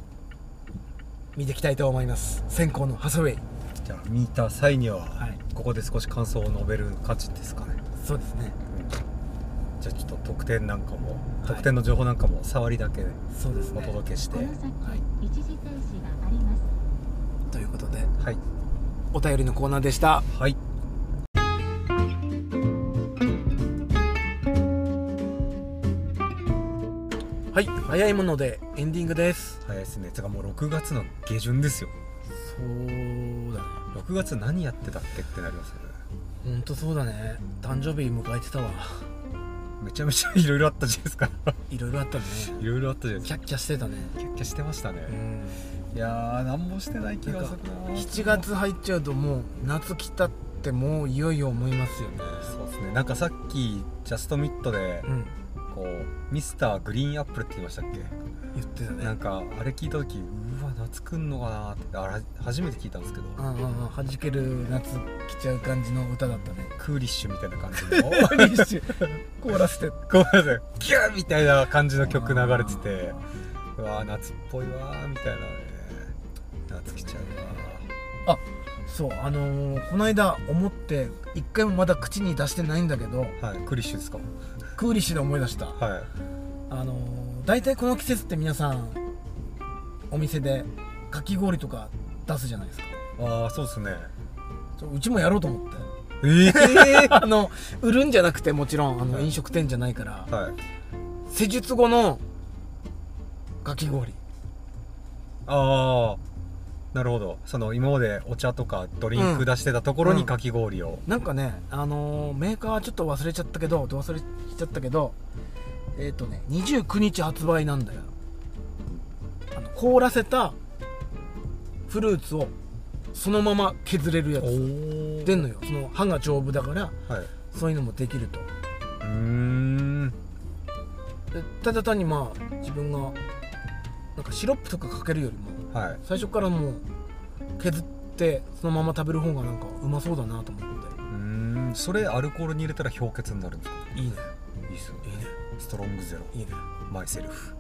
[SPEAKER 3] 見ていきたいと思います先行のハサウェイ
[SPEAKER 2] じゃあ見た際には、
[SPEAKER 3] はい
[SPEAKER 2] ここで少し感想を述べる価値ですかね
[SPEAKER 3] そうですね
[SPEAKER 2] じゃあちょっと特典なんかも、
[SPEAKER 3] い
[SPEAKER 2] 特典の情報なんかも触りだけ
[SPEAKER 3] そうです
[SPEAKER 2] お
[SPEAKER 3] ね
[SPEAKER 2] 届けして、
[SPEAKER 5] この先
[SPEAKER 3] はい
[SPEAKER 5] 一時停止があります
[SPEAKER 3] ということで
[SPEAKER 2] はい
[SPEAKER 3] お便りのコーナーでした
[SPEAKER 2] はい
[SPEAKER 3] はい早いものでエンディングです
[SPEAKER 2] 早いですねつうかもう6月の下旬ですよ
[SPEAKER 3] そうだね
[SPEAKER 2] 6月何やってたっけってなりますよね
[SPEAKER 3] ほんとそうだね誕生日迎えてたわ
[SPEAKER 2] めちゃめちゃいろいろあったじゃないですか *laughs*
[SPEAKER 3] いろいろあったね
[SPEAKER 2] いろいろあったじゃないで
[SPEAKER 3] キ
[SPEAKER 2] す
[SPEAKER 3] ャ
[SPEAKER 2] か
[SPEAKER 3] ッキャしてたね
[SPEAKER 2] キャッキャしてましたね、
[SPEAKER 3] うん
[SPEAKER 2] いやー何もしてない気がするな
[SPEAKER 3] 7月入っちゃうともう夏来たってもういよいよ思いますよね
[SPEAKER 2] そうですねなんかさっきジャストミットで
[SPEAKER 3] うん
[SPEAKER 2] こうミスターグリーンアップルって言いましたっけ
[SPEAKER 3] 言ってたね
[SPEAKER 2] なんかあれ聞いた時うわ夏来んのかなってあれ初めて聞いたんですけど
[SPEAKER 3] ああはじける夏来ちゃう感じの歌だったね
[SPEAKER 2] クーリッシュみたいな感じ
[SPEAKER 3] *laughs*
[SPEAKER 2] の
[SPEAKER 3] リッシュコーラスで
[SPEAKER 2] ごめんなさいギューみたいな感じの曲流れててうわー夏っぽいわーみたいなね夏来ちゃう
[SPEAKER 3] そうあのーこの間思って一回もまだ口に出してないんだけど
[SPEAKER 2] なはいクーリッシュですか
[SPEAKER 3] クーリッシュで思い出した
[SPEAKER 2] はい
[SPEAKER 3] あのー大体この季節って皆さんお店でかき氷とか出すじゃないですか
[SPEAKER 2] ああそうですね
[SPEAKER 3] そううちもやろうと思って
[SPEAKER 2] え
[SPEAKER 3] *laughs*
[SPEAKER 2] え
[SPEAKER 3] あの売るんじゃなくてもちろんあの
[SPEAKER 2] はい
[SPEAKER 3] 飲食店じゃないから
[SPEAKER 2] はい
[SPEAKER 3] 施術後のかき氷
[SPEAKER 2] ああなるほどその今までお茶とかドリンク出してたところ
[SPEAKER 3] う
[SPEAKER 2] に
[SPEAKER 3] ん
[SPEAKER 2] かき氷を、
[SPEAKER 3] なんかね、あのーメーカーはちょっと忘れちゃったけど忘れちゃったけどえっ、とね29日発売なんだよあの凍らせたフルーツをそのまま削れるやつ
[SPEAKER 2] お
[SPEAKER 3] 出んのよその歯が丈夫だから
[SPEAKER 2] はいう
[SPEAKER 3] そういうのもできると
[SPEAKER 2] ーん
[SPEAKER 3] でただ単にまあ自分がなんかシロップとかかけるよりも
[SPEAKER 2] はい
[SPEAKER 3] 最初からもう削ってそのまま食べる方がなんかうまそうだなと思っ
[SPEAKER 2] うーんそれアルコールに入れたら氷結になるんですか
[SPEAKER 3] ていいね
[SPEAKER 2] いいっすよね
[SPEAKER 3] いいね
[SPEAKER 2] ストロングゼロ
[SPEAKER 3] いいね
[SPEAKER 2] マイセルフ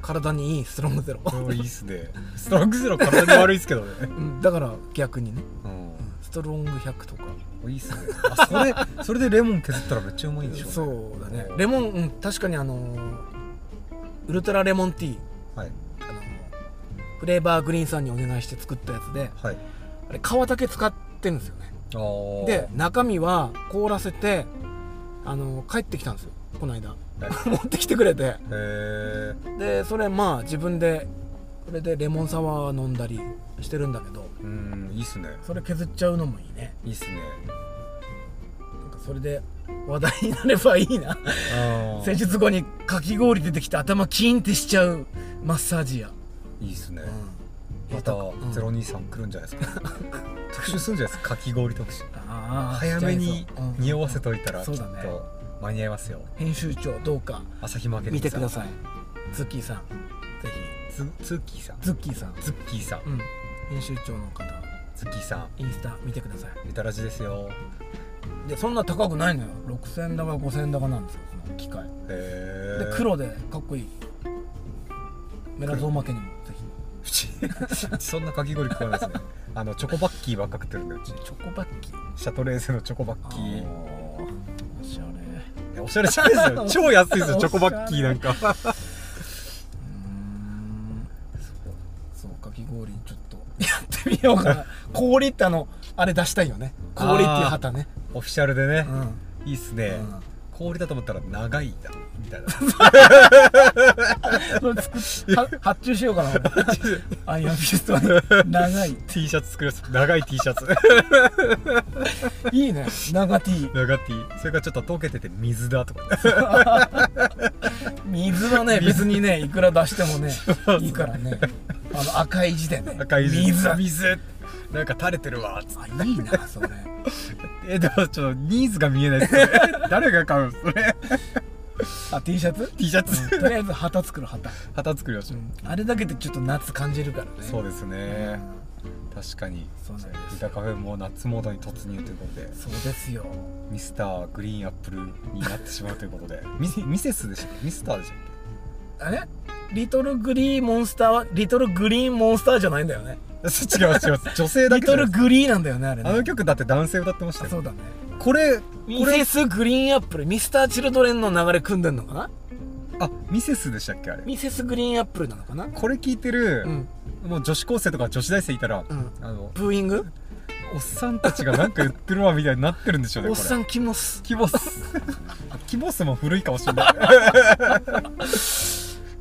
[SPEAKER 3] 体にいいストロングゼロ
[SPEAKER 2] これはいいっすねストロングゼロ体に悪いっすけどね
[SPEAKER 3] うんだから逆にね
[SPEAKER 2] う
[SPEAKER 3] ストロング100とか
[SPEAKER 2] んいいっすねあそれそれでレモン削ったらめっちゃうまいんでしょうね
[SPEAKER 3] そうだねレモン、うん確かにあのーウルトラレモンティー、
[SPEAKER 2] はい
[SPEAKER 3] あのーフレーバーグリーンさんにお願いして作ったやつで
[SPEAKER 2] はい
[SPEAKER 3] あれ皮だけ使ってるんですよね
[SPEAKER 2] あー
[SPEAKER 3] で中身は凍らせて、あのー帰ってきたんですよこの間 *laughs* 持ってきてくれて
[SPEAKER 2] へえ
[SPEAKER 3] でそれまあ自分でこれでレモンサワー飲んだりしてるんだけど
[SPEAKER 2] うんいいっすね
[SPEAKER 3] それ削っちゃうのもいいね
[SPEAKER 2] いいっすね
[SPEAKER 3] なんかそれで話題になればいいな
[SPEAKER 2] あ
[SPEAKER 3] 施術後にかき氷出てきて頭キーンってしちゃうマッサージや、
[SPEAKER 2] いいっすね、
[SPEAKER 3] うん、
[SPEAKER 2] また
[SPEAKER 3] うん
[SPEAKER 2] 023来るんじゃないです
[SPEAKER 3] *laughs*
[SPEAKER 2] か特集するんじゃないですかかき氷特集
[SPEAKER 3] あー
[SPEAKER 2] 早めに
[SPEAKER 3] しちゃいそううん
[SPEAKER 2] 匂わせといたらき
[SPEAKER 3] そ
[SPEAKER 2] っ
[SPEAKER 3] う
[SPEAKER 2] と
[SPEAKER 3] だね
[SPEAKER 2] 間に合いますよ
[SPEAKER 3] 編集長どうか
[SPEAKER 2] 朝日マーケティン
[SPEAKER 3] 見
[SPEAKER 2] グ
[SPEAKER 3] てくださいズッキーさんぜ
[SPEAKER 2] いツツッキーさん
[SPEAKER 3] ひズッキーさん、
[SPEAKER 2] ツッキーさん
[SPEAKER 3] うん、編集長の方
[SPEAKER 2] ツッキーさん
[SPEAKER 3] インスタ見てくださ
[SPEAKER 2] みたらしですよ
[SPEAKER 3] いでそんな高くないのよ6000だか5000だかなんですよその機械
[SPEAKER 2] へえ
[SPEAKER 3] で黒でかっこいいメラゾーマ家にもぜひ
[SPEAKER 2] うち *laughs*
[SPEAKER 3] *laughs*
[SPEAKER 2] そんなかき氷食わないですねあのチョコバッキーばっか食ってるんでうち
[SPEAKER 3] チョコバッキー
[SPEAKER 2] シャトレーゼのチョコバッキー
[SPEAKER 3] おしゃれ
[SPEAKER 2] いやおしゃれじゃないですよ
[SPEAKER 3] *laughs*
[SPEAKER 2] 超安いですよ
[SPEAKER 3] おし
[SPEAKER 2] チ
[SPEAKER 3] ゃれ
[SPEAKER 2] ョコバッキーなんか
[SPEAKER 3] そうかき氷ちょっとやってみよう *laughs* かな氷ってあのあれ出したいよね氷っていう旗ね
[SPEAKER 2] オフィシャルでね
[SPEAKER 3] う、ん
[SPEAKER 2] いいっすね、
[SPEAKER 3] うん
[SPEAKER 2] 氷だと思ったら長いだみたいな *laughs*
[SPEAKER 3] それ作っは発注しようかな俺アイアンフィストに長い
[SPEAKER 2] T シャツ作るやつ長い T シャツ *laughs*
[SPEAKER 3] いいね長 T
[SPEAKER 2] 長 T それからちょっと溶けてて水だとか
[SPEAKER 3] 水はね別にねいくら出してもねいいからねあの赤い字でね
[SPEAKER 2] 赤い字
[SPEAKER 3] 水あ
[SPEAKER 2] 水なんか垂れてるわつって
[SPEAKER 3] いいなそれ
[SPEAKER 2] えでもちょっとニーズが見えない
[SPEAKER 3] *laughs*
[SPEAKER 2] ですね誰が買うんそれ
[SPEAKER 3] あ T シャツ
[SPEAKER 2] T シャツ
[SPEAKER 3] うんとりあえず旗作る旗、
[SPEAKER 2] 旗作りましょう、
[SPEAKER 3] あれだけでちょっと夏感じるからね
[SPEAKER 2] そうですね、確かに
[SPEAKER 3] そうなんです
[SPEAKER 2] 歌カフェも夏モードに突入ということで
[SPEAKER 3] そうですよ
[SPEAKER 2] ミスターグリーンアップルになってしまうということで *laughs* ミミセスでしたっけミスターでしたっ
[SPEAKER 3] あれリトルグリーンモンスターはリトルグリーンモンスターじゃないんだよね
[SPEAKER 2] け *laughs* 違います違います女性だ
[SPEAKER 3] リ
[SPEAKER 2] けじ
[SPEAKER 3] ト
[SPEAKER 2] ゃない
[SPEAKER 3] ル
[SPEAKER 2] です
[SPEAKER 3] グリーなんだよねあれね
[SPEAKER 2] あの曲だって男性歌ってました
[SPEAKER 3] あ
[SPEAKER 2] よ
[SPEAKER 3] そうだね
[SPEAKER 2] これ
[SPEAKER 3] ミ
[SPEAKER 2] こ
[SPEAKER 3] セ
[SPEAKER 2] れ
[SPEAKER 3] スグリーンアップルミスターチルドレンの流れ組んでんのかな
[SPEAKER 2] あミセスでしたっけあれ
[SPEAKER 3] ミセスグリーンアップルなのかな
[SPEAKER 2] これ聞いてる
[SPEAKER 3] う、ん
[SPEAKER 2] もう女子高生とか女子大生いたら、
[SPEAKER 3] うん
[SPEAKER 2] あの
[SPEAKER 3] ブーイング
[SPEAKER 2] おっさんたちがなんか言ってるわみたいになってるんでしょうね
[SPEAKER 3] おっ
[SPEAKER 2] これ
[SPEAKER 3] さんキ
[SPEAKER 2] *laughs*
[SPEAKER 3] モス
[SPEAKER 2] キボスキボスも古いかもしれない *laughs*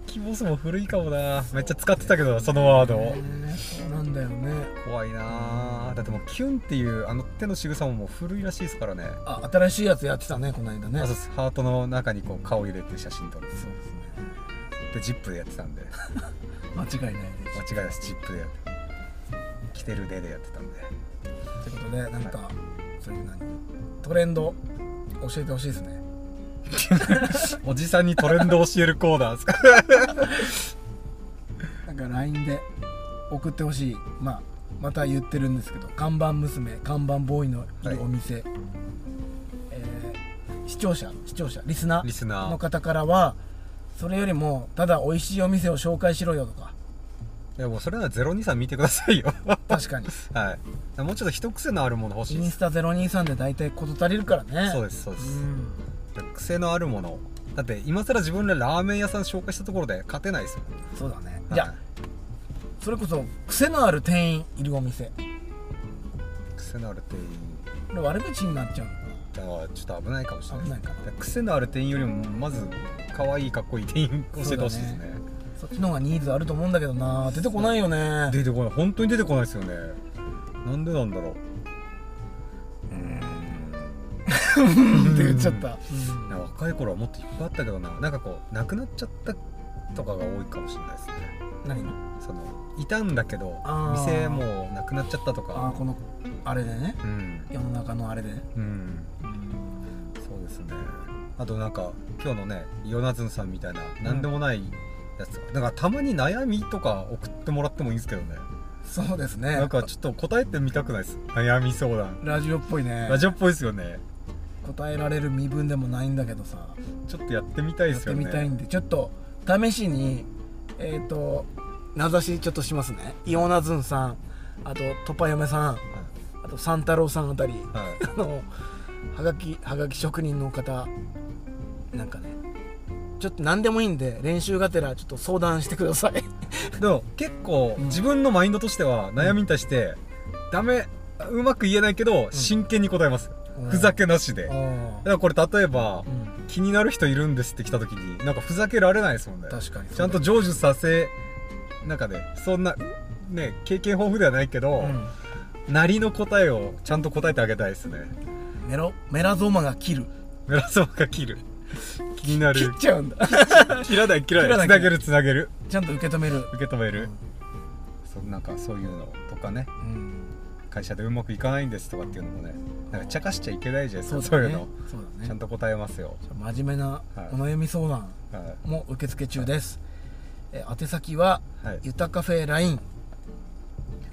[SPEAKER 2] キモスも古いかもなめっちゃ使ってたけどそのワードを
[SPEAKER 3] ねそうなんだよね
[SPEAKER 2] 怖いなだってもうキュンっていうあの手の仕草ももう古いらしいですからね
[SPEAKER 3] あ新しいやつやってたねこの間ね
[SPEAKER 2] あそうですハートの中にこう顔入れて写真撮る
[SPEAKER 3] そうですね
[SPEAKER 2] でジップでやってたんで
[SPEAKER 3] 間違いないです
[SPEAKER 2] 間違いないですジップでやって着てるででやってたんで
[SPEAKER 3] ということでなんかそういう何トレンド教えてほしいですね
[SPEAKER 2] おじさんにトレンド教えるコーナーですか *laughs*
[SPEAKER 3] なんか LINE で送ってほしいまあまた言ってるんですけど看板娘看板ボーイのいるお店、えー視聴者視聴者リスナ
[SPEAKER 2] リ
[SPEAKER 3] ー
[SPEAKER 2] スナ
[SPEAKER 3] の
[SPEAKER 2] ー
[SPEAKER 3] 方からはそれよりもただ美味しいお店を紹介しろよとか
[SPEAKER 2] いやもうそれなら023見てくださいよ *laughs*
[SPEAKER 3] 確かに
[SPEAKER 2] はいもうちょっと一癖のあるもの欲しい
[SPEAKER 3] イ
[SPEAKER 2] で
[SPEAKER 3] ン
[SPEAKER 2] す
[SPEAKER 3] スタ023で大体事足りるからね
[SPEAKER 2] そうですそうです、
[SPEAKER 3] うん
[SPEAKER 2] 癖のあるものだって今更自分らラーメン屋さん紹介したところで勝てないですよ
[SPEAKER 3] そうだねじゃ
[SPEAKER 2] は
[SPEAKER 3] あ
[SPEAKER 2] い
[SPEAKER 3] それこそ癖のある店員いるお店
[SPEAKER 2] 癖のある店員
[SPEAKER 3] これ悪口になっちゃうのかな
[SPEAKER 2] だからちょっと危ないかもしれない
[SPEAKER 3] 危ないか
[SPEAKER 2] 癖のある店員よりもまず可愛いかっこいい店員教えてほしいです
[SPEAKER 3] そうだ
[SPEAKER 2] ね
[SPEAKER 3] そっちの方がニーズあると思うんだけどな出てこないよね
[SPEAKER 2] 出てこない本当に出てこないですよねなんでなんだろ
[SPEAKER 3] って言っちゃった、
[SPEAKER 2] うなんか若い頃はもっといっぱいあったけどななんかこうなくなっちゃったとかが多いかもしれないですね
[SPEAKER 3] 何
[SPEAKER 2] そのいたんだけど
[SPEAKER 3] あー
[SPEAKER 2] 店もうなくなっちゃったと
[SPEAKER 3] ああ
[SPEAKER 2] か
[SPEAKER 3] このあれでね
[SPEAKER 2] うん
[SPEAKER 3] 世の中のあれでね
[SPEAKER 2] うんそうですねあとなんか今日のねヨナズンさんみたいな何でもないやつ、なんかたまに悩みとか送ってもらってもいいんですけどね
[SPEAKER 3] そうですね
[SPEAKER 2] なんかちょっと答えてみたくないです悩み相談
[SPEAKER 3] ラジオっぽいね
[SPEAKER 2] ラジオっぽいですよね
[SPEAKER 3] 答えられる身分でもないんだけどさ
[SPEAKER 2] ちょっとやってみたいで
[SPEAKER 3] やっ
[SPEAKER 2] す
[SPEAKER 3] て
[SPEAKER 2] よね
[SPEAKER 3] みたいんでちょっと試しにえっ、と名指しちょっとしますねイオナズンさんあとトパ嫁さんあと三太郎さんあたり
[SPEAKER 2] はい、はい
[SPEAKER 3] あのはがきはがき職人の方なんかねちょっと何でもいいんで練習がてらちょっと相談してください
[SPEAKER 2] でも結構
[SPEAKER 3] うん
[SPEAKER 2] 自分のマインドとしては悩みに対してダメうまく言えないけど真剣に答えます、
[SPEAKER 3] うん
[SPEAKER 2] *laughs* ふざけなしで、だか
[SPEAKER 3] あ
[SPEAKER 2] らこれ例えば
[SPEAKER 3] ー、うん、
[SPEAKER 2] 気になる人いるんですって来た時になんかふざけられないですもんね
[SPEAKER 3] 確かにそうだ
[SPEAKER 2] ちゃんと成就させ中でそんなね経験豊富ではないけど、なりの答えをちゃんと答えてあげたいですね
[SPEAKER 3] うんメロメラゾーマが切る
[SPEAKER 2] メラソーが
[SPEAKER 3] *laughs*
[SPEAKER 2] 切る気にな
[SPEAKER 3] 切
[SPEAKER 2] る
[SPEAKER 3] っちゃうんだ
[SPEAKER 2] 切らない切らない
[SPEAKER 3] 切らない
[SPEAKER 2] つなげるつなげる
[SPEAKER 3] ちゃんと受け止める、
[SPEAKER 2] 受け止める、そうなんかそういうのとかね
[SPEAKER 3] うん、
[SPEAKER 2] 会社でうまくいかないんですとかっていうのもねなんか茶化しちゃいけないじゃないです
[SPEAKER 3] そ
[SPEAKER 2] か
[SPEAKER 3] う
[SPEAKER 2] そう,、い
[SPEAKER 3] だ
[SPEAKER 2] う
[SPEAKER 3] ね
[SPEAKER 2] の
[SPEAKER 3] そうだね
[SPEAKER 2] ちゃんと答えますよ、
[SPEAKER 3] 真面目な
[SPEAKER 2] はい
[SPEAKER 3] お悩み相談
[SPEAKER 2] は
[SPEAKER 3] も受付中です、えー宛先は、
[SPEAKER 2] はい
[SPEAKER 3] ゆたカフェ LINE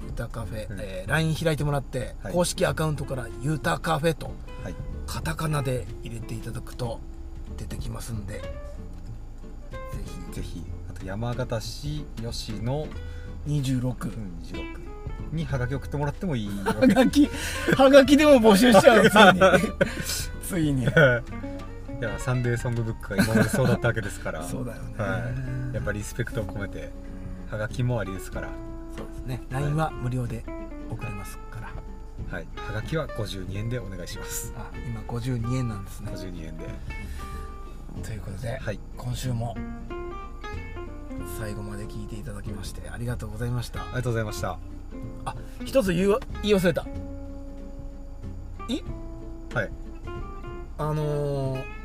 [SPEAKER 3] ゆたカフェ、
[SPEAKER 2] うん
[SPEAKER 3] えー LINE 開いてもらって、
[SPEAKER 2] はい
[SPEAKER 3] 公式アカウントからゆたカフェと
[SPEAKER 2] いはい、
[SPEAKER 3] カタカナで入れていただくと出てきますんでぜ
[SPEAKER 2] ぜひあと山形市吉野
[SPEAKER 3] ひ26
[SPEAKER 2] うん26にハガキ送ってもらってもいいわ
[SPEAKER 3] *laughs* はがきはがきでも募集しちゃうついについに
[SPEAKER 2] いやサンデーソングブックが今までそうだったわけですから
[SPEAKER 3] *laughs* そうだよね
[SPEAKER 2] はい、やっぱリスペクトを込めてハガキもありですから
[SPEAKER 3] そうですね LINE は無料で送れますから
[SPEAKER 2] はいハガキは52円でお願いします
[SPEAKER 3] あ今52円なんですね
[SPEAKER 2] 52円で
[SPEAKER 3] ということで、
[SPEAKER 2] はい
[SPEAKER 3] 今週も最後まで聞いていただきましてありがとうございました
[SPEAKER 2] ありがとうございました
[SPEAKER 3] あ一つ言うわ言い忘れたい
[SPEAKER 2] はい
[SPEAKER 3] あのー